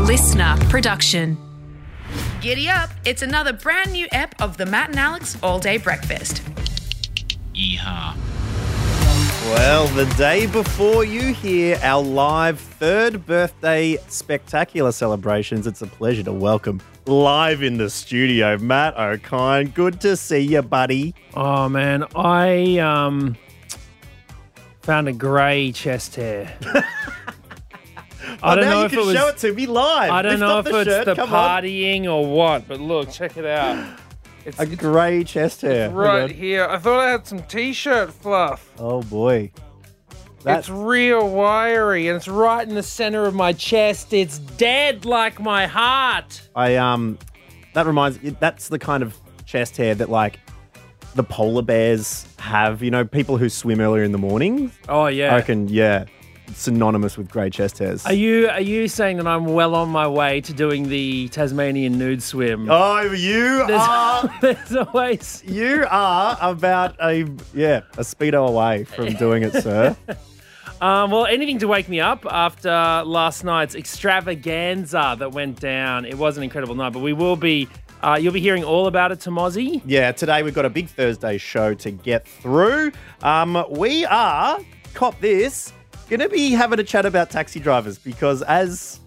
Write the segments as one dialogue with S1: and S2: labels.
S1: listener production.
S2: Giddy up! It's another brand new ep of the Matt and Alex All Day Breakfast.
S3: Yeehaw.
S4: Well, the day before you hear our live third birthday spectacular celebrations, it's a pleasure to welcome live in the studio Matt O'Kine. Good to see you, buddy.
S5: Oh man, I um found a grey chest hair. I
S4: Well,
S5: don't
S4: Oh, now
S5: know
S4: you
S5: if it
S4: can
S5: was.
S4: show it to me live.
S5: I don't
S4: Lift
S5: know
S4: up
S5: if it's
S4: shirt,
S5: the
S4: come on.
S5: partying or what, but look, check it out. It's,
S4: A
S5: it's
S4: grey chest hair. Hang
S5: right
S4: on.
S5: here. I thought I had some t-shirt fluff.
S4: Oh boy.
S5: It's
S4: That's
S5: real wiry, and it's right in the center of my chest. It's dead like my heart.
S4: I um that reminds that's the kind of chest hair that like the polar bears have, you know, people who swim earlier in the morning.
S5: Oh yeah.
S4: I reckon, yeah, synonymous with grey chest hairs.
S5: Are you are you saying that I'm well on my way to doing the Tasmanian nude swim?
S4: oh, you
S5: There's,
S4: are
S5: there's always
S4: you are about a yeah a speedo away from doing it, sir.
S5: Um, well, anything to wake me up after last night's extravaganza that went down. It was an incredible night, but we will be, uh, you'll be hearing all about it to Mozzie.
S4: yeah, today we've got a big Thursday show to get through. Um, we are cop this going to be having a chat about taxi drivers because as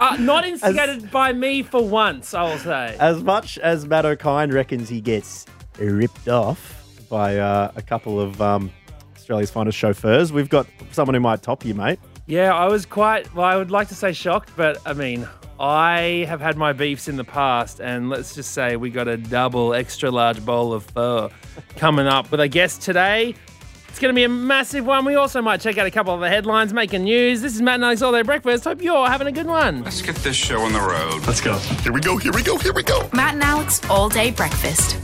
S5: Uh, not instigated by me for once, I will say.
S4: as much as Matt O'Kine reckons he gets ripped off by uh, a couple of um, Australia's finest chauffeurs, we've got someone who might top you, mate.
S5: yeah, I was quite, well, I would like to say shocked, but I mean, I have had my beefs in the past, and let's just say we got a double extra large bowl of pho coming up. But I guess today, it's going to be a massive one. We also might check out a couple of the headlines making news. This is Matt and Alex All Day Breakfast. Hope you're having a good one.
S6: Let's get this show on the road.
S7: Let's go. Here we go, here we go, here we go.
S1: Matt and Alex All Day Breakfast.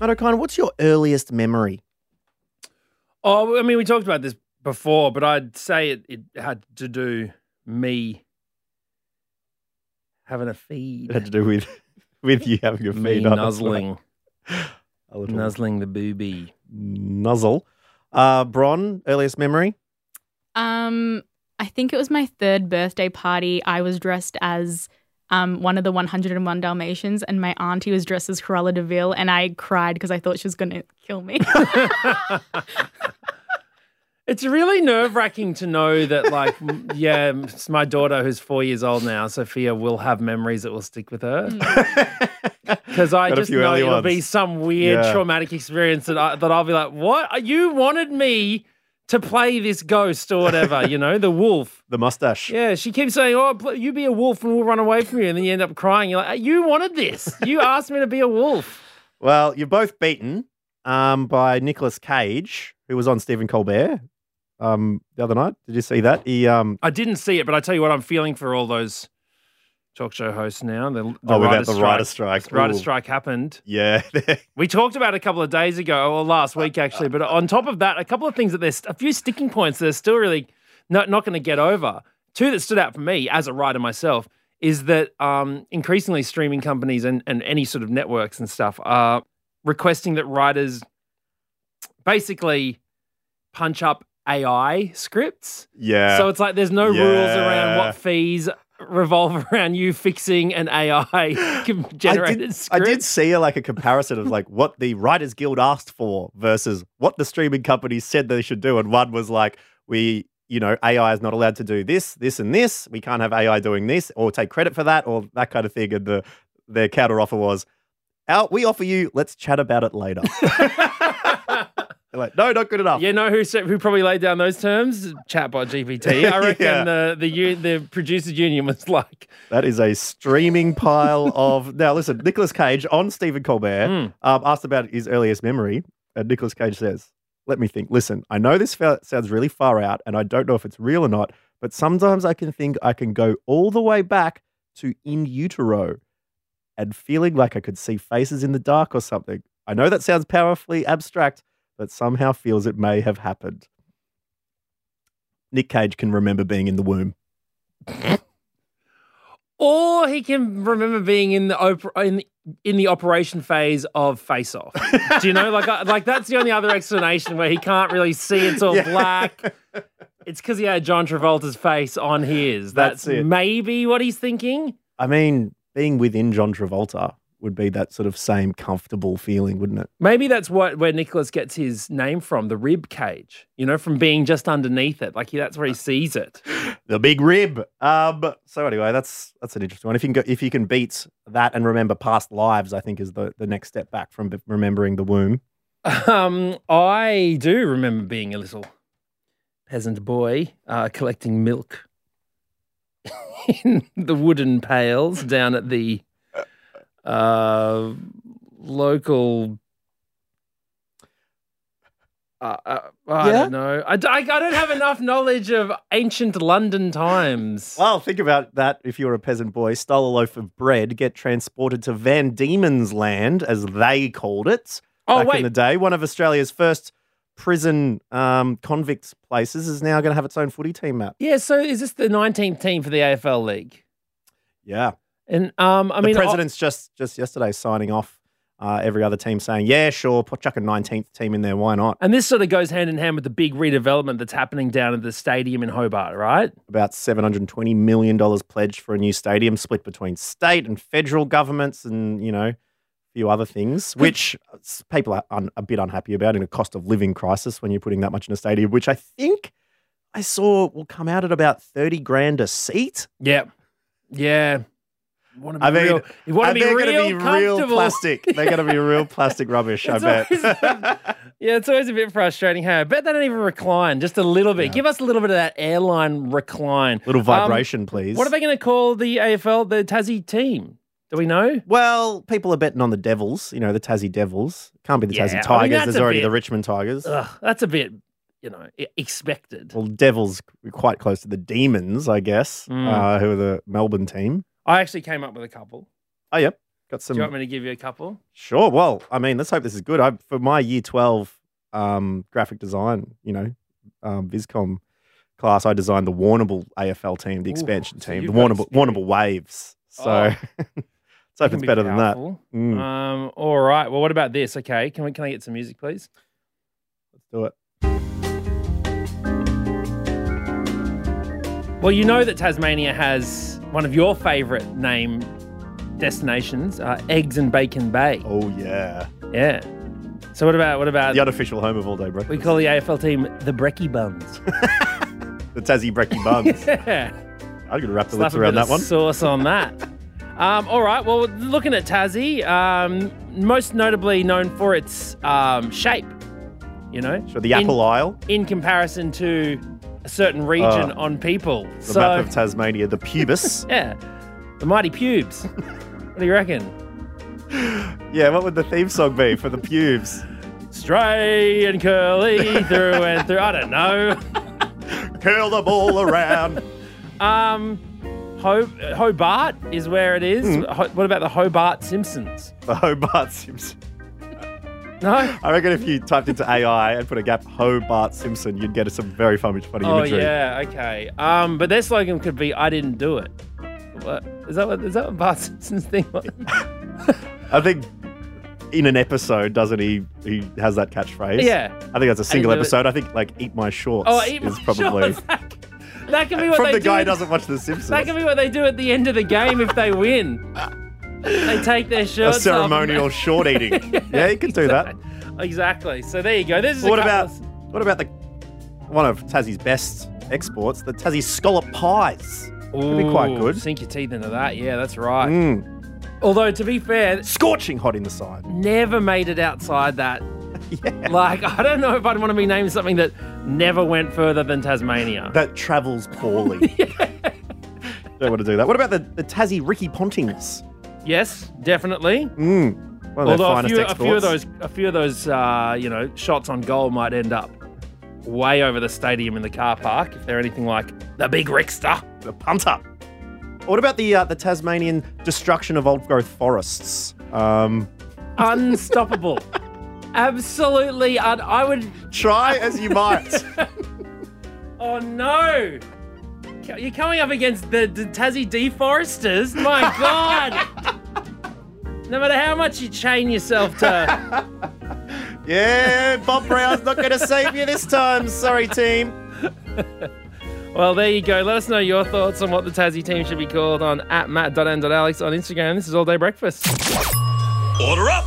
S4: Matt O'Kine, what's your earliest memory?
S5: Oh, I mean, we talked about this before, but I'd say it, it had to do me having a
S4: It had
S5: feed,
S4: to do with with you having your
S5: me
S4: feet up. That's right.
S5: nuzzling,
S4: A little
S5: nuzzling the booby.
S4: nuzzle. Uh, Bron, earliest memory?
S8: Um, I think it was my third birthday party. I was dressed as um, one of the 101 Dalmatians, and my auntie was dressed as Cruella de Vil, and I cried because I thought she was going to kill me.
S5: It's really nerve wracking to know that, like, m- yeah, it's my daughter who's four years old now, Sophia, will have memories that will stick with her. Because I
S4: Got a
S5: just
S4: few
S5: know
S4: early
S5: it'll be
S4: ones.
S5: some weird
S4: Yeah.
S5: traumatic experience that, I, that I'll be like, what? You wanted me to play this ghost or whatever, you know, the wolf.
S4: The mustache.
S5: Yeah, she keeps saying, "Oh, pl- you be a wolf and we'll run away from you," and then you end up crying. You're like, "Uh, "You wanted this. You asked me to be a wolf."
S4: Well, you're both beaten um, by Nicolas Cage, who was on Stephen Colbert um, the other night. Did you see that? He um,
S5: I didn't see it, but I tell you what, I'm feeling for all those talk show hosts now. The, the
S4: Oh, without
S5: writer's
S4: the writer's strike.
S5: Writer's
S4: Ooh.
S5: strike happened.
S4: Yeah.
S5: We talked about it a couple of days ago, or last week actually. But on top of that, a couple of things that there's a few sticking points that are still really not not going to get over. Two that stood out for me as a writer myself is that um, increasingly streaming companies and, and any sort of networks and stuff are requesting that writers basically punch up AI scripts.
S4: yeah.
S5: So it's like there's no rules around
S4: Yeah.
S5: what fees revolve around you fixing an AI generated
S4: I did, I
S5: script.
S4: did see uh, like a comparison of like what the Writers Guild asked for versus what the streaming companies said they should do. And one was like, we, you know, AI is not allowed to do this, this, and this. We can't have AI doing this or take credit for that or that kind of thing. And the their counter offer was, out, we offer you, let's chat about it later. They're like, no, not good enough.
S5: You know who said, who probably laid down those terms? Chatbot GPT. I reckon
S4: Yeah.
S5: the the u- the producers union was like,
S4: That is a streaming pile of. Now, listen, Nicolas Cage on Stephen Colbert
S5: Mm.
S4: um, asked about his earliest memory. And Nicolas Cage says, Let me think. Listen, I know this fa- sounds really far out and I don't know if it's real or not, but sometimes I can think I can go all the way back to in utero and feeling like I could see faces in the dark or something. I know that sounds powerfully abstract, but somehow feels it may have happened. Nick Cage can remember being in the womb.
S5: or he can remember being in the op- in the, in the operation phase of Face Off. uh, Do you know, like I, like that's the only other explanation where he can't really see. It's all
S4: Yeah.
S5: black. It's because he had John Travolta's face on his. That's,
S4: That's it.
S5: maybe what he's thinking.
S4: I mean, being within John Travolta would be that sort of same comfortable feeling, wouldn't it?
S5: Maybe that's what where Nicholas gets his name from, the rib cage. You know, from being just underneath it. Like he, that's where he sees it.
S4: The big rib. Um, so anyway, that's that's an interesting one. If you can go, if you can beat that and remember past lives, I think is the, the next step back from b- remembering the womb.
S5: Um, I do remember being a little peasant boy uh, collecting milk in the wooden pails down at the uh, local. Uh, uh, I
S4: Yeah?
S5: don't know. I, d- I- I don't have enough knowledge of ancient London times.
S4: Well, think about that. If you're a peasant boy, stole a loaf of bread, get transported to Van Diemen's Land, as they called it
S5: oh,
S4: back in
S5: wait.
S4: the day. One of Australia's first prison um, convict places is now going to have its own footy team map.
S5: yeah, so is this the 19th team for the AFL League?
S4: Yeah.
S5: And um, I mean,
S4: the
S5: I-
S4: president's just just yesterday signing off uh, every other team saying, yeah, sure, put chuck a 19th team in there. Why not?
S5: And this sort of goes hand in hand with the big redevelopment that's happening down at the stadium in Hobart, right?
S4: About $720 million pledged for a new stadium split between state and federal governments and, you know, a few other things, which s- people are un- a bit unhappy about in a cost of living crisis when you're putting that much in a stadium, which I think I saw will come out at about 30 grand a seat.
S5: Yeah. Yeah. Wanna be
S4: I mean,
S5: real, you want to
S4: And
S5: be
S4: they're gonna
S5: real,
S4: be real
S5: comfortable.
S4: plastic. They're going to be real plastic rubbish, I
S5: It's
S4: bet.
S5: always- yeah, it's always a bit frustrating. Hey, I bet they don't even recline just a little bit. Give us a little bit of that airline recline.
S4: Little
S5: Um,
S4: vibration, please.
S5: what are they going to call the AFL, the Tassie team? Do we know?
S4: Well, people are betting on the Devils, you know, the Tassie Devils. Can't be the
S5: Yeah, I
S4: Tassie
S5: mean,
S4: Tigers.
S5: that's
S4: There's
S5: a
S4: already
S5: bit-
S4: the Richmond Tigers.
S5: Ugh, that's a bit, you know, e- expected.
S4: Well, Devils quite close to the Demons, I guess,
S5: Mm.
S4: uh, who are the Melbourne team.
S5: I actually came up with a couple.
S4: Oh, yep. Got
S5: Do
S4: some.
S5: you want me to give you a couple?
S4: Sure. Well, I mean, let's hope this is good. I, for my year 12 um, graphic design, you know, um, Viscom class, I designed the Warnable AFL team, the
S5: Ooh,
S4: expansion
S5: so
S4: team, the
S5: you've got
S4: Warnable,
S5: experience. Oh.
S4: Warnable Waves. So let's hope
S5: Can
S4: it's
S5: be
S4: better than that.
S5: powerful.
S4: Mm,
S5: Um, all right. Well, what about this? Okay, can we can I get some music, please?
S4: let's do it.
S5: Well, you know that Tasmania has one of your favourite name destinations, uh, Eggs and Bacon Bay.
S4: Oh, yeah.
S5: Yeah. So what about what about
S4: The unofficial home of all day breakfast.
S5: Uh, we call the AFL team the Brecky Buns?
S4: the Tassie Brecky Buns.
S5: yeah.
S4: I'm gonna wrap the
S5: Slap
S4: lips
S5: a
S4: around
S5: bit of
S4: that one.
S5: Sauce on that. um, all right. Well, looking at Tassie, um, most notably known for its um, shape. You know,
S4: Sure, the
S5: In-
S4: Apple Isle,
S5: in comparison to a certain region on people.
S4: Ah. the
S5: so
S4: map of Tasmania, the pubis.
S5: yeah, the mighty pubes. what do you reckon?
S4: yeah, what would the theme song be for the pubes?
S5: Stray and curly through and through. I don't know.
S4: Curl the ball around.
S5: Um, Ho- Hobart is where it is.
S4: Hmm.
S5: Ho- what about the Hobart Simpsons?
S4: the Hobart Simpson.
S5: No.
S4: I reckon if you typed into AI and put a gap Hobart Simpson, you'd get some very funny, funny
S5: Oh
S4: imagery.
S5: yeah. Okay. Um, but their slogan could be "I didn't do it." What? Is that what is that what Bart Simpson's thing was?
S4: I think in an episode, doesn't he? He has that catchphrase.
S5: Yeah.
S4: I think that's a single
S5: do it.
S4: episode. I think like "Eat My Shorts"
S5: Oh, eat my
S4: is probably
S5: shorts. That can be what
S4: from
S5: they
S4: the
S5: do
S4: guy who
S5: in-
S4: doesn't watch The Simpsons.
S5: That could be what they do at the end of the game if they win. They take their
S4: a
S5: shirts off.
S4: ceremonial short eating. yeah, you could do that.
S5: Exactly. So there you go. This is a
S4: what
S5: couple
S4: about
S5: of-
S4: what about the one of Tassie's best exports, the Tassie scallop pies? Could be quite
S5: Ooh,
S4: good.
S5: Sink your teeth into that. Yeah, that's right.
S4: Mm.
S5: Although to be fair,
S4: Scorching hot in the side.
S5: never made it outside that. Like I don't know if I'd want to be named something that never went further than Tasmania.
S4: That travels poorly. Don't want to do that. What about the, the Tassie Ricky Pontings?
S5: yes, definitely.
S4: Mm. One of
S5: Although
S4: their
S5: a
S4: finest
S5: few, a
S4: exports.
S5: few of those, a few of those, uh, you know, shots on goal might end up way over the stadium in the car park if they're anything like the big Rickster.
S4: The punter. What about the uh, the Tasmanian destruction of old growth forests? Um,
S5: unstoppable. Absolutely, un- I would.
S4: try as you might.
S5: Oh no! Co- You're coming up against the, the Tassie Deforesters. My God! no matter how much you chain yourself to,
S4: yeah, Bob Brown's not going to save you this time. Sorry, team.
S5: Well, there you go. Let us know your thoughts on what the Tassie team should be called on at matt.n.alex on Instagram. This is All Day Breakfast.
S7: Order up.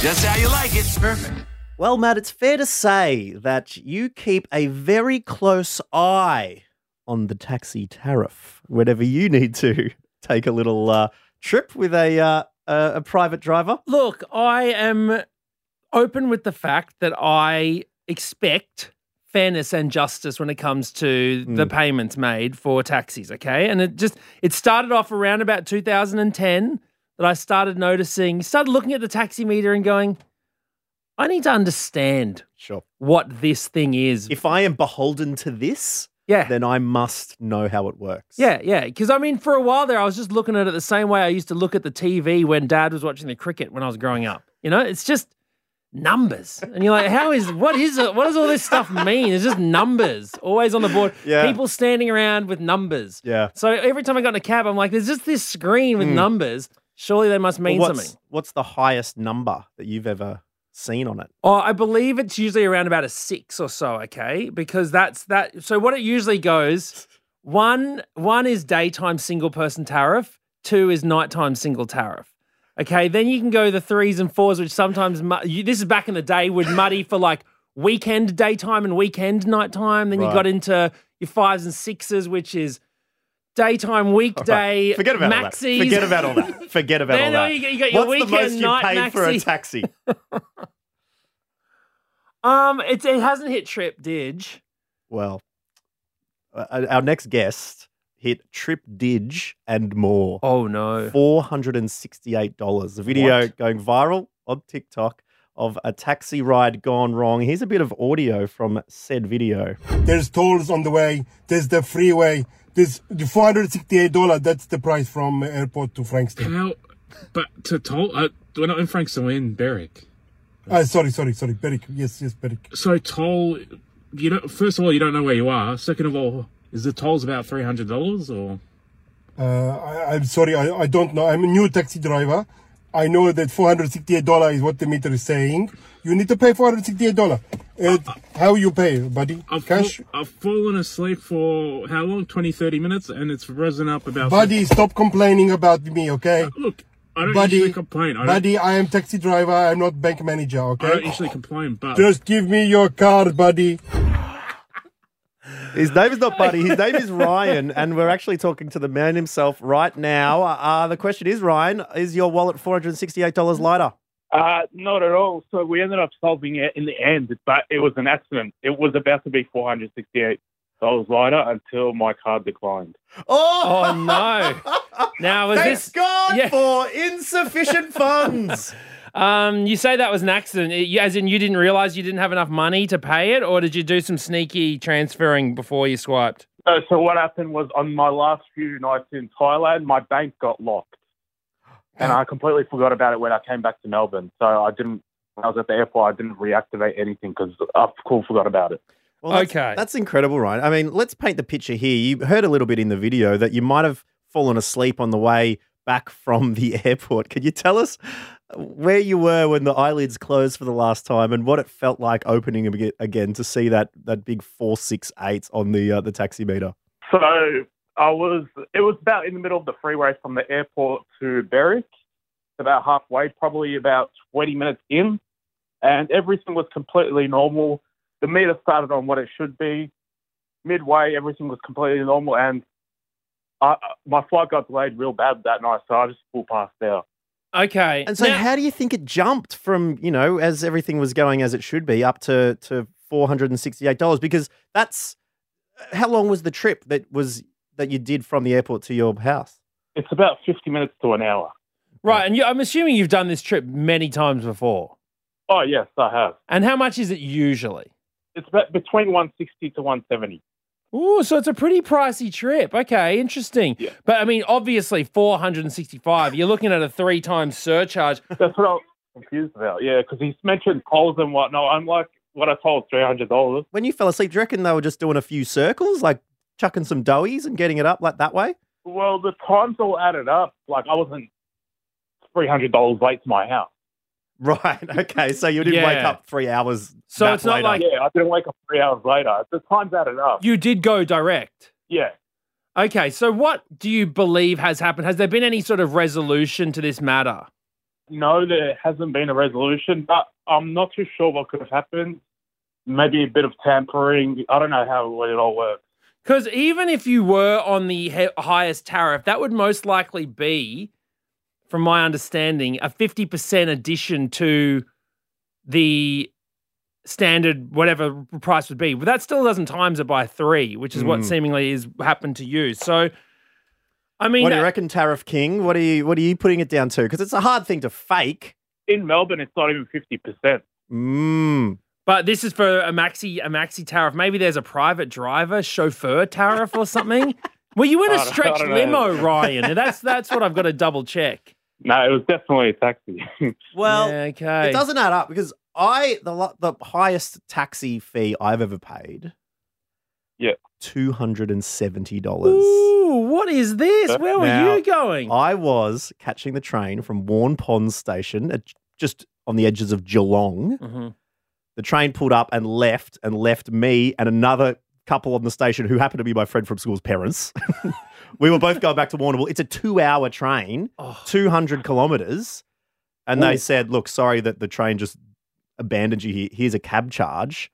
S7: Just how you like it. Perfect.
S4: Well, Matt, it's fair to say that you keep a very close eye on the taxi tariff whenever you need to take a little uh, trip with a, uh, a a private driver.
S5: Look, I am open with the fact that I expect fairness and justice when it comes to the payments made for taxis, okay? And it just it started off around about 2010 that I started noticing, started looking at the taxi meter and going, I need to understand
S4: Sure.
S5: what this thing is.
S4: If I am beholden to this,
S5: yeah.
S4: then I must know how it works.
S5: Yeah, yeah. Because I mean, for a while there, I was just looking at it the same way I used to look at the TV when Dad was watching the cricket when I was growing up. You know, it's just numbers, and you're like, how is what is it? What does all this stuff mean? It's just numbers, always on the board.
S4: Yeah.
S5: People standing around with numbers.
S4: Yeah. Hmm.
S5: So every time I got in a cab, I'm like, there's just this screen with numbers. Surely they must
S4: Well,
S5: mean
S4: what's,
S5: something.
S4: What's the highest number that you've ever seen on it?
S5: Oh, I believe it's usually around about a six or so, okay? Because that's that so what it usually goes one one is daytime single person tariff, two is nighttime single tariff. Okay, then you can go the threes and fours, which sometimes mu- you, this is back in the day would muddy for like weekend daytime and weekend nighttime. Then
S4: Right.
S5: you got into your fives and sixes, which is daytime weekday
S4: Forget about
S5: maxis.
S4: all that. Forget about all that. Forget about
S5: Then
S4: all that.
S5: you got- you got your
S4: What's the most
S5: weekend
S4: you
S5: night
S4: paid for a
S5: maxi?
S4: taxi?
S5: Um, it's, it hasn't hit trip, did?
S4: well, uh, our next guest hit Trip Dig and more.
S5: Oh no.
S4: $468. The video
S5: What?
S4: going viral on TikTok of a taxi ride gone wrong. Here's a bit of audio from said video.
S6: There's tolls on the way. There's the freeway. There's the $468. That's the price from airport to Frankston.
S9: How? But to Toll, uh, we're not in Frankston, we're in Berwick.
S6: Uh, sorry, sorry, sorry. Berwick. Yes, yes, Berwick.
S9: So Toll, you don't. First of all, you don't know where you are. Second of all, is the tolls about three hundred dollars or?
S6: Uh, I, I'm sorry. I, I don't know. I'm a new taxi driver. I know that $468 is what the meter is saying. You need to pay $468. Uh, how you pay, buddy?
S9: I've, fall-
S6: Cash?
S9: I've fallen asleep for how long? 20, 30 minutes, and it's risen up about.
S6: Buddy, stop complaining about me, okay?
S9: Look, I don't
S6: Buddy,
S9: usually complain. I don't,
S6: buddy, I am taxi driver. I'm not bank manager,
S9: I don't
S6: okay?
S9: usually complain, but
S6: Just give me your card, buddy.
S4: His name is not Buddy, his name is Ryan, and we're actually talking to the man himself right now. Uh, the question is, Ryan, is your wallet $468 lighter?
S10: Uh, not at all. So we ended up solving it in the end, but it was an accident. It was about to be four hundred sixty-eight dollars lighter until my card declined.
S4: Oh,
S5: Oh no! Now was
S4: thanks
S5: this?
S4: God
S5: Yeah.
S4: for insufficient funds.
S5: Um, you say that was an accident, It- you- as in you didn't realize you didn't have enough money to pay it, or did you do some sneaky transferring before you swiped?
S10: Uh, so what happened was on my last few nights in Thailand, my bank got locked, and I completely forgot about it when I came back to Melbourne. So I didn't. When I was at the airport. I didn't reactivate anything because I cool forgot about it.
S4: Well, that's,
S5: Okay.
S4: That's incredible, Ryan. I mean, let's paint the picture here. You heard a little bit in the video that you might have fallen asleep on the way back from the airport. Can you tell us uh, where you were when the eyelids closed for the last time and what it felt like opening them aga- again to see that, that big 468 on the, uh, the taxi meter?
S10: So I was, it was about in the middle of the freeway from the airport to Berwick, about halfway, probably about 20 minutes in, and everything was completely normal. The meter started on what it should be. Midway, everything was completely normal, and I, my flight got delayed real bad that night, so I just pulled past there.
S5: Okay,
S4: And so,
S5: Now-
S4: how do you think it jumped from, you know, as everything was going as it should be up to, to $468? Because that's uh, how long was the trip that was that you did from the airport to your house?
S10: It's about 50 minutes to an hour.
S5: right? And you, I'm assuming you've done this trip many times before.
S10: Oh, yes, I have.
S5: And how much is it usually?
S10: It's about between 160 to 170.
S5: Oh, so it's a pretty pricey trip. Okay, interesting.
S10: Yeah.
S5: But I mean, obviously, four hundred and sixty-five. You're looking at a three-time surcharge.
S10: That's what I was confused about. Yeah, because he's mentioned polls and whatnot. I'm like, what I told three hundred dollars.
S4: when you fell asleep, do you reckon they were just doing a few circles, like chucking some doughies and getting it up like that way?
S10: Well, the times all added up. Like I wasn't three hundred dollars late to my house.
S4: Right. Okay. So you didn't wake
S5: Yeah.
S4: up three hours.
S5: So
S4: that
S5: it's not
S4: later.
S5: like-
S10: Yeah, I didn't wake up three hours later. The time's added up.
S5: You did go direct.
S10: yeah.
S5: Okay, so what do you believe has happened? Has there been any sort of resolution to this matter?
S10: No, there hasn't been a resolution, but I'm not too sure what could have happened. Maybe a bit of tampering. I don't know how it all works.
S5: Because even if you were on the he- highest tariff, that would most likely be, from my understanding, a 50% addition to the standard, whatever price would be. But that still doesn't times it by three, which is
S4: Mm.
S5: what seemingly is happened to you. So, I mean,
S4: What do you reckon, Tariff King? What are you What are you putting it down to? Because it's a hard thing to fake.
S10: In Melbourne, it's not even 50%.
S4: Mm.
S5: But this is for a maxi a maxi tariff. Maybe there's a private driver chauffeur tariff or something. Were you in
S10: I
S5: a
S10: don't- I
S5: stretch
S10: don't know.
S5: limo, Ryan? That's that's what I've got to double check.
S10: No, it was definitely a taxi.
S4: Well,
S5: Yeah, okay.
S4: it doesn't add up because I the lo- the highest taxi fee I've ever paid.
S10: Yeah.
S4: two hundred and seventy dollars.
S5: Ooh, what is this? Where were
S4: Now,
S5: you going?
S4: I was catching the train from Warren Ponds Station, at, just on the edges of Geelong.
S5: Mhm.
S4: The train pulled up and left, and left me and another couple on the station who happened to be my friend from school's parents. we were both going back to Warrnambool. It's a two-hour train,
S5: Oh.
S4: 200 kilometres. And they said, look, sorry that the train just abandoned you here. Here's a cab charge.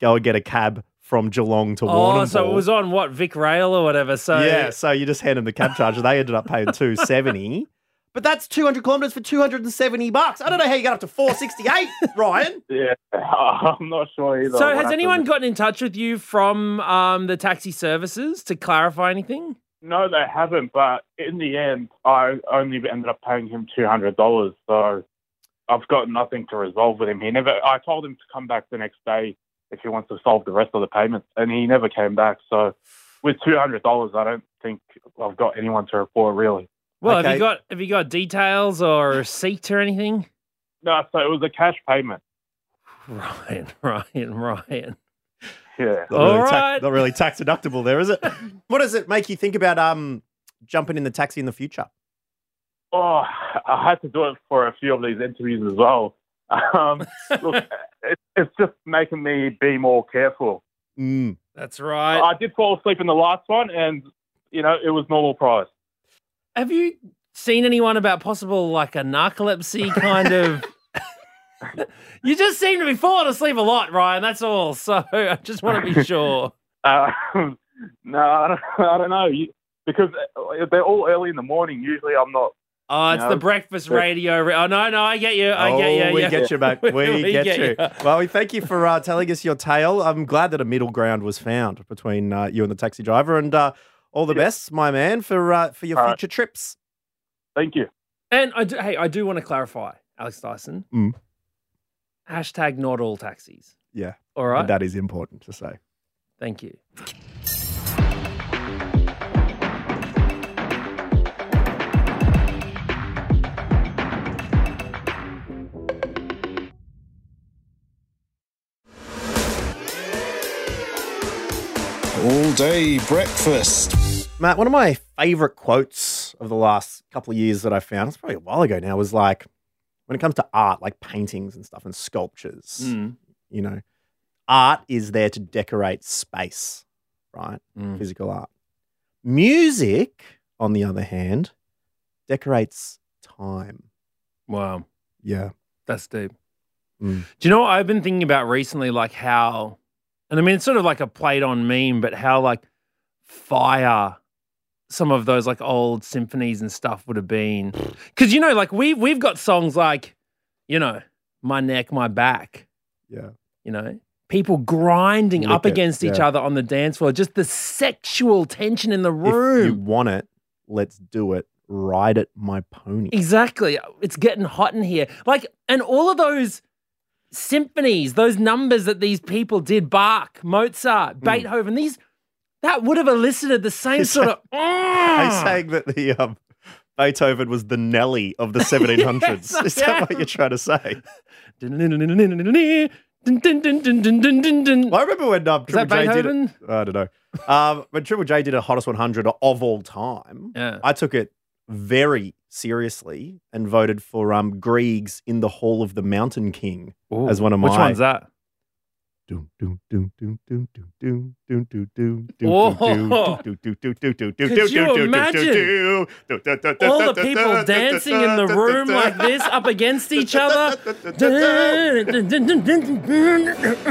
S4: Go and get a cab from Geelong to
S5: Oh,
S4: Warrnambool.
S5: so it was on what Vic Rail or whatever. So
S4: yeah, so you just hand them the cab charge, and they ended up paying two seventy. But that's two hundred kilometers for two hundred and seventy bucks. I don't know how you got up to four sixty eight, Ryan.
S10: yeah, I'm not sure either.
S5: So
S10: what
S5: has anyone
S10: happened.
S5: gotten in touch with you from um, the taxi services to clarify anything?
S10: No, they haven't. But in the end, I only ended up paying him two hundred dollars. So I've got nothing to resolve with him. He never. I told him to come back the next day if he wants to solve the rest of the payments, and he never came back. So with two hundred dollars, I don't think I've got anyone to report really.
S5: Well, have
S4: Okay.
S5: you got have you got details or a receipt or anything?
S10: No, so it was a cash payment.
S5: Ryan, Ryan, Ryan.
S10: Yeah.
S4: Not really,
S5: All
S4: tax-
S5: right.
S4: not really tax deductible, there is it? what does it make you think about um jumping in the taxi in the future?
S10: Oh, I had to do it for a few of these interviews as well. Um, look, it, it's just making me be more careful.
S4: Mm.
S5: That's right.
S10: I did fall asleep in the last one, and you know it was normal price.
S5: Have you seen anyone about possible like a narcolepsy kind of? you just seem to be falling asleep a lot, Ryan. That's all. So I just want to be sure.
S10: Uh, no, I don't, I don't know you, because they're all early in the morning. Usually, I'm not.
S5: Oh, it's
S10: No.
S5: the breakfast radio. Re- oh no, no, I get you. I get you.
S4: oh, we
S5: yeah.
S4: get you, mate. We, get, you. Well, we thank you for uh, telling us your tale. I'm glad that a middle ground was found between uh, you and the taxi driver, and uh, all the best, my man, for uh, for your
S10: All right.
S4: future trips.
S10: Thank you.
S5: And I do, hey, I do want to clarify, Alex Dyson.
S4: Mm.
S5: Hashtag not all taxis.
S4: Yeah,
S5: All right.
S4: and that is important to say.
S5: Thank you.
S11: All day breakfast.
S4: Matt, one of my favorite quotes of the last couple of years that I found, it's probably a while ago now, was like, when it comes to art, like paintings and stuff and sculptures, you know, art is there to decorate space, right?
S5: Mm.
S4: Physical art. Music, on the other hand, decorates time.
S5: Wow.
S4: Yeah.
S5: That's deep.
S4: Mm.
S5: Do you know what I've been thinking about recently? Like how, and I mean, it's sort of like a played on meme, but how like fire some of those like old symphonies and stuff would have been. Cause you know, like we, we've got songs like, you know, My Neck, My Back,
S4: Yeah.
S5: you know, people grinding
S4: Lick
S5: up
S4: it,
S5: against each
S4: yeah.
S5: other on the dance floor, just the sexual tension in the
S4: If you
S5: room.
S4: want it, let's do it. Ride it, my pony.
S5: Exactly. It's getting hot in here. Like, and all of those symphonies, those numbers that these people did Bach, Mozart, Beethoven, these, that would have elicited the same
S4: Is
S5: sort of.
S4: Are you
S5: "Mm."
S4: saying that the um, Beethoven was the Nelly of the 1700s?
S5: Yes, I
S4: Is that what
S5: am.
S4: you're trying to say?
S5: Dun, dun, dun, dun, dun, dun, dun, dun.
S4: Well, I remember when um,
S5: Is that
S4: Triple J did it.
S5: Beethoven?
S4: I don't know. Um, when Triple J did a hottest 100 of all time,
S5: Yeah.
S4: I took it very seriously and voted for um, Griegs in the Hall of the Mountain King as one of my.
S5: Which one's that?
S4: Doom, doom, doom, doom, doom, doom, doom, doom, doom, doom, doom,
S5: Whoa.
S4: doom, doom, doom, doom, doom, doom,
S5: Could
S4: doom,
S5: you
S4: doom, doom, doom,
S5: imagine?
S4: doom, doom, doom, doom, doom,
S5: All the
S4: doom,
S5: people
S4: doom,
S5: dancing
S4: doom,
S5: in the
S4: doom,
S5: room
S4: doom,
S5: like
S4: doom.
S5: this, up against each other.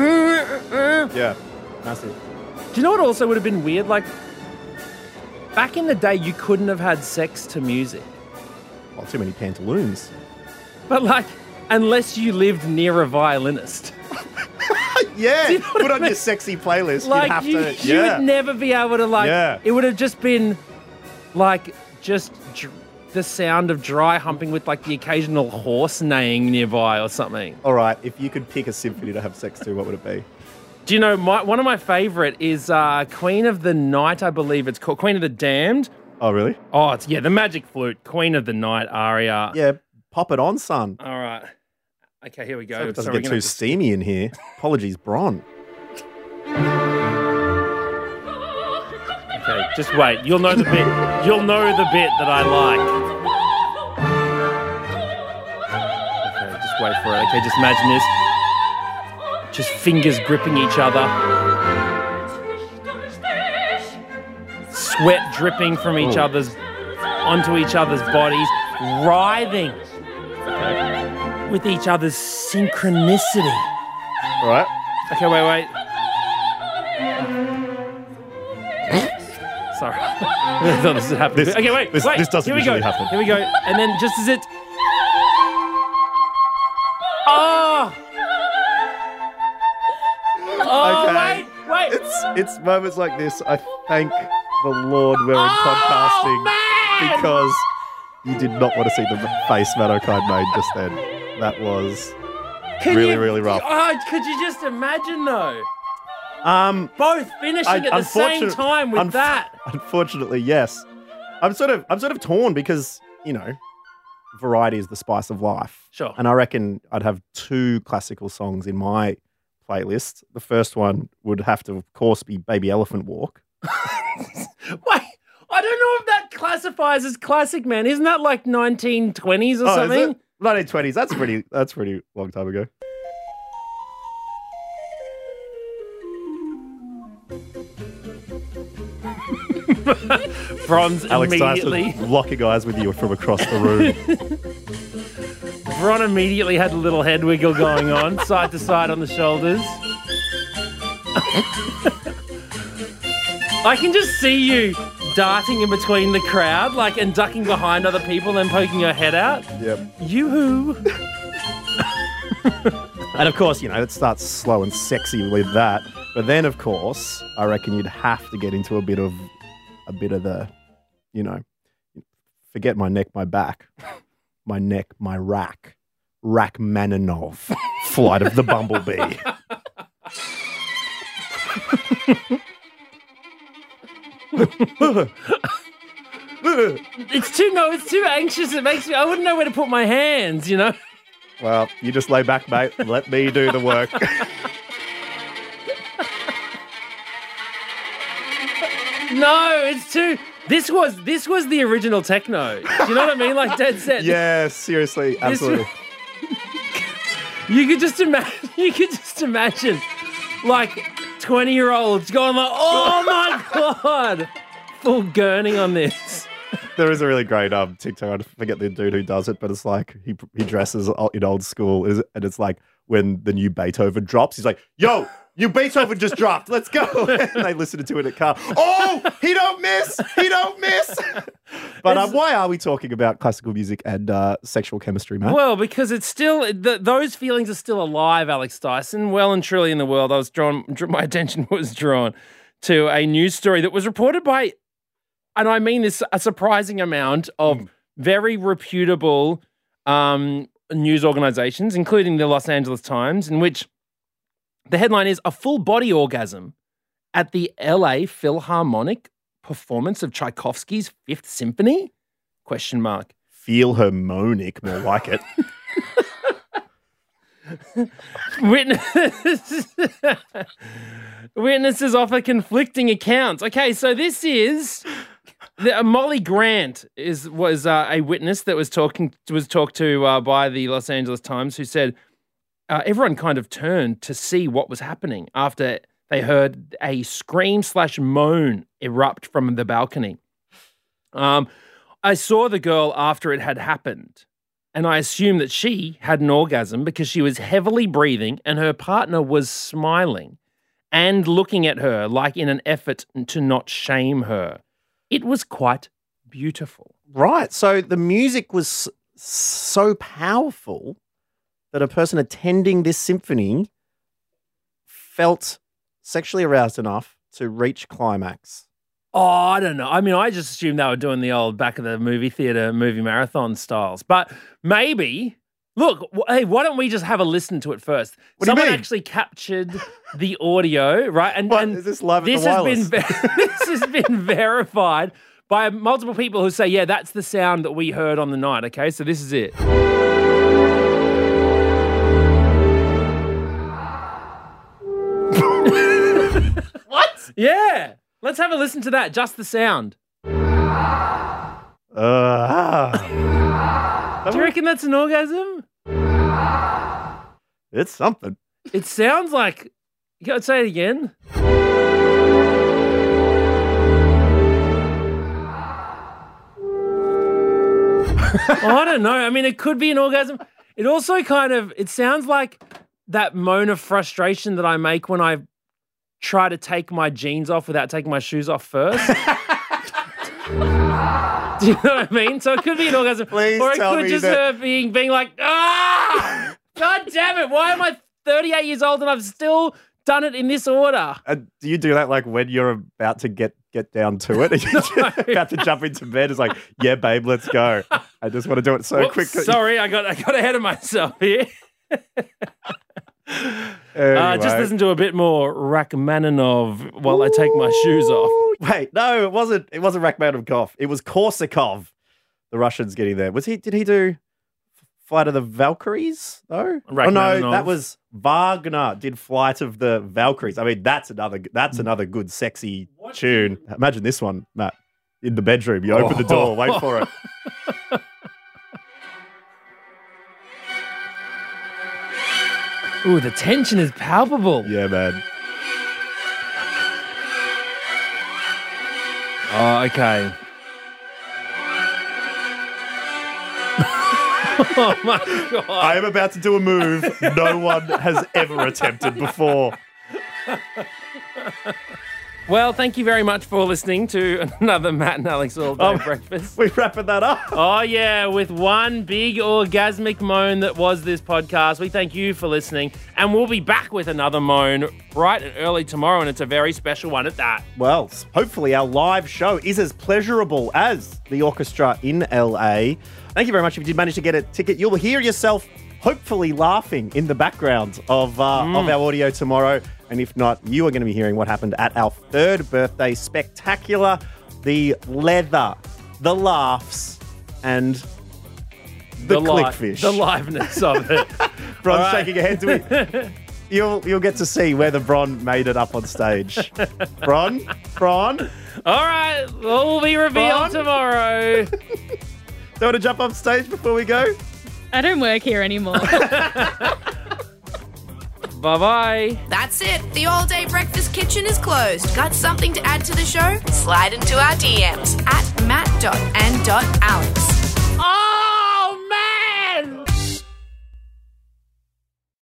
S4: Yeah, massive.
S5: Do you know what also would have been weird? Like, back in the day, you couldn't have had sex to music.
S4: Oh, too many pantaloons.
S5: But, like, unless you lived near a violinist.
S4: Yeah, put on your sexy playlist. You'd
S5: Like,
S4: have
S5: you,
S4: to.
S5: you would
S4: Yeah,
S5: never be able to, like,
S4: Yeah.
S5: it would have just been, like, just dr- the sound of dry humping with, like, the occasional horse neighing nearby or something.
S4: all right. If you could pick a symphony to have sex to, what would it be?
S5: Do you know my one of my favorite is uh, Queen of the Night? I believe it's called Queen of the Damned.
S4: Oh, really?
S5: Oh, it's yeah, the Magic Flute, Queen of the Night aria.
S4: Yeah, pop it on, son.
S5: All right. Okay, here we go.
S4: Hope it doesn't
S5: Sorry, we're
S4: get
S5: gonna have
S4: too
S5: to-
S4: steamy in here. Apologies, Bron.
S5: Okay, just wait. You'll know the bit. You'll know the bit that I like. Okay, just wait for it. Okay, just imagine this. Just fingers gripping each other, sweat dripping from each other's onto each other's bodies, writhing with each other's synchronicity.
S4: All right.
S5: Okay, wait, wait. Sorry. I thought this would happen.
S4: This-
S5: okay, wait,
S4: this-
S5: wait.
S4: this doesn't
S5: Here we go.
S4: usually happen.
S5: Here we go. And then just as it. Oh! Oh,
S4: Okay.
S5: wait, wait.
S4: It's it's moments like this. I thank the Lord we're in podcasting
S5: man!
S4: because you did not want to see the face Manokai made just then. That was
S5: Can
S4: really,
S5: you-
S4: really rough.
S5: Oh, could you just imagine, though?
S4: um.
S5: Both finishing
S4: I-
S5: at the same
S4: unfortunate-
S5: time with
S4: unf-
S5: that.
S4: Unfortunately, yes. I'm sort of I'm sort of torn because you know, variety is the spice of life.
S5: Sure.
S4: And I reckon I'd have two classical songs in my playlist. The first one would have to, of course, be Baby Elephant Walk.
S5: Wait, I don't know if that classifies as classic, man. Isn't that like 1920s or
S4: Oh, is it?
S5: something?
S4: 1920s. That's pretty. That's pretty long time ago.
S5: Bronze
S4: Alex
S5: immediately.
S4: Dyson locking eyes with you from across the room.
S5: Bron immediately had a little head wiggle going on, side to side on the shoulders. I can just see you darting in between the crowd, like and ducking behind other people, then poking your head out.
S4: yep.
S5: Yoo-hoo!
S4: And of course, you know, it starts slow and sexy with that. But then, of course, I reckon you'd have to get into a bit of, a bit of the, you know, forget my neck, my back, my neck, my rack, Rachmaninoff, flight of the bumblebee.
S5: It's too no, it's too anxious. It makes me. I wouldn't know where to put my hands. You know.
S4: Well, you just lay back, mate. Let me do the work.
S5: No, it's too. This was this was the original techno. Do you know what I mean? Like dead set.
S4: yeah, seriously, absolutely.
S5: You could just imagine. You could just imagine, like twenty year olds going like, "Oh my god!" Full gurning on this.
S4: There is a really great um TikTok. I forget the dude who does it, but it's like he he dresses o- in old school, is- and it's like when the new Beethoven drops, he's like, "Yo, new Beethoven just dropped. Let's go!" and they listen to it at car. Oh, he don't miss. He don't miss. but um, why are we talking about classical music and uh, sexual chemistry, man?
S5: Well, because it's still th- those feelings are still alive, Alex Dyson. Well and truly in the world, I was drawn. Dr- my attention was drawn to a news story that was reported by, and I mean this, a surprising amount of very reputable um, news organizations, including the Los Angeles Times, in which the headline is a full body orgasm at the L.A. Philharmonic performance of Tchaikovsky's Fifth Symphony? Question mark.
S4: Feel harmonic, more like it.
S5: Witness. Witnesses offer conflicting accounts. Okay, so this is The, uh, Molly Grant is was uh, a witness that was talking was talked to uh, by the Los Angeles Times, who said uh, everyone kind of turned to see what was happening after they heard a scream slash moan erupt from the balcony. Um, I saw the girl after it had happened, and I assumed that she had an orgasm because she was heavily breathing and her partner was smiling and looking at her like in an effort to not shame her. It was quite beautiful.
S4: Right. So the music was s- so powerful that a person attending this symphony felt sexually aroused enough to reach climax.
S5: Oh, I don't know. I mean, I just assumed they were doing the old back of the movie theater movie marathon styles, but maybe. Look, w- hey, why don't we just have a listen to it first?
S4: do you
S5: Someone
S4: mean?
S5: actually captured the audio, right? And,
S4: What,
S5: and
S4: is this live at the
S5: this has been
S4: wireless?
S5: ve- this has been verified by multiple people who say, yeah, that's the sound that we heard on the night. Okay, so this is it.
S2: What?
S5: Yeah, let's have a listen to that. Just the sound.
S4: Uh, ah,
S5: Do you reckon that's an orgasm?
S4: it's something.
S5: It sounds like. You gotta say it again. Well, Oh, I don't know. I mean, it could be an orgasm. It also kind of it sounds like that moan of frustration that I make when I try to take my jeans off without taking my shoes off first. Do you know what I mean? So it could be an orgasm,
S4: Please
S5: or it
S4: tell
S5: could
S4: me
S5: just
S4: that-
S5: her being being like, ah, god damn it! Why am I 38 years old and I've still done it in this order?
S4: Uh, do you do that like when you're about to get get down to it? Are you about to jump into bed? It's like, yeah, babe, let's go. I just want to do it so
S5: Whoops,
S4: quick. that-
S5: Sorry, I got I got ahead of myself here. Uh, just
S4: Anyway.
S5: listen to a bit more Rachmaninov while I take my shoes off.
S4: Ooh, Wait, no, it wasn't. It wasn't Rachmaninoff. It was Korsakov. The Russians getting there. Was he? Did he do Flight of the Valkyries? No. Oh no,
S5: Rachmaninoff.
S4: that was Wagner. Did Flight of the Valkyries? I mean, that's another. That's another good, sexy tune. Imagine this one, Matt. In the bedroom, you open the door, wait for it.
S5: Ooh, the tension is palpable.
S4: Yeah, man. Ah,
S5: Oh, okay. oh my god.
S4: I am about to do a move no one has ever attempted before.
S5: Well, thank you very much for listening to another Matt and Alex All Day
S4: Oh.
S5: Breakfast.
S4: We're wrapping that up.
S5: Oh yeah, with one big orgasmic moan that was this podcast. We thank you for listening, and we'll be back with another moan bright and early tomorrow, and it's a very special one at that.
S4: Well, s- hopefully our live show is as pleasurable as the orchestra in LA. Thank you very much. If you did manage to get a ticket, you'll hear yourself hopefully laughing in the background of uh,
S5: Mm.
S4: of our audio tomorrow. And if not, you are going to be hearing what happened at our third birthday spectacular. The leather, the laughs, and the,
S5: li-
S4: clickfish.
S5: the liveness of it.
S4: Bron's
S5: All right.
S4: shaking her head to me. You'll you'll get to see whether Bron made it up on stage. Bron, Bron.
S5: All right, we'll be revealed
S4: Bron?
S5: tomorrow.
S4: Do you want to jump off stage before we go?
S8: I don't work here anymore.
S5: bye bye.
S1: That's it. The all day breakfast kitchen is closed. Got something to add to the show? Slide into our DMs at matt.and.alex.
S5: Oh,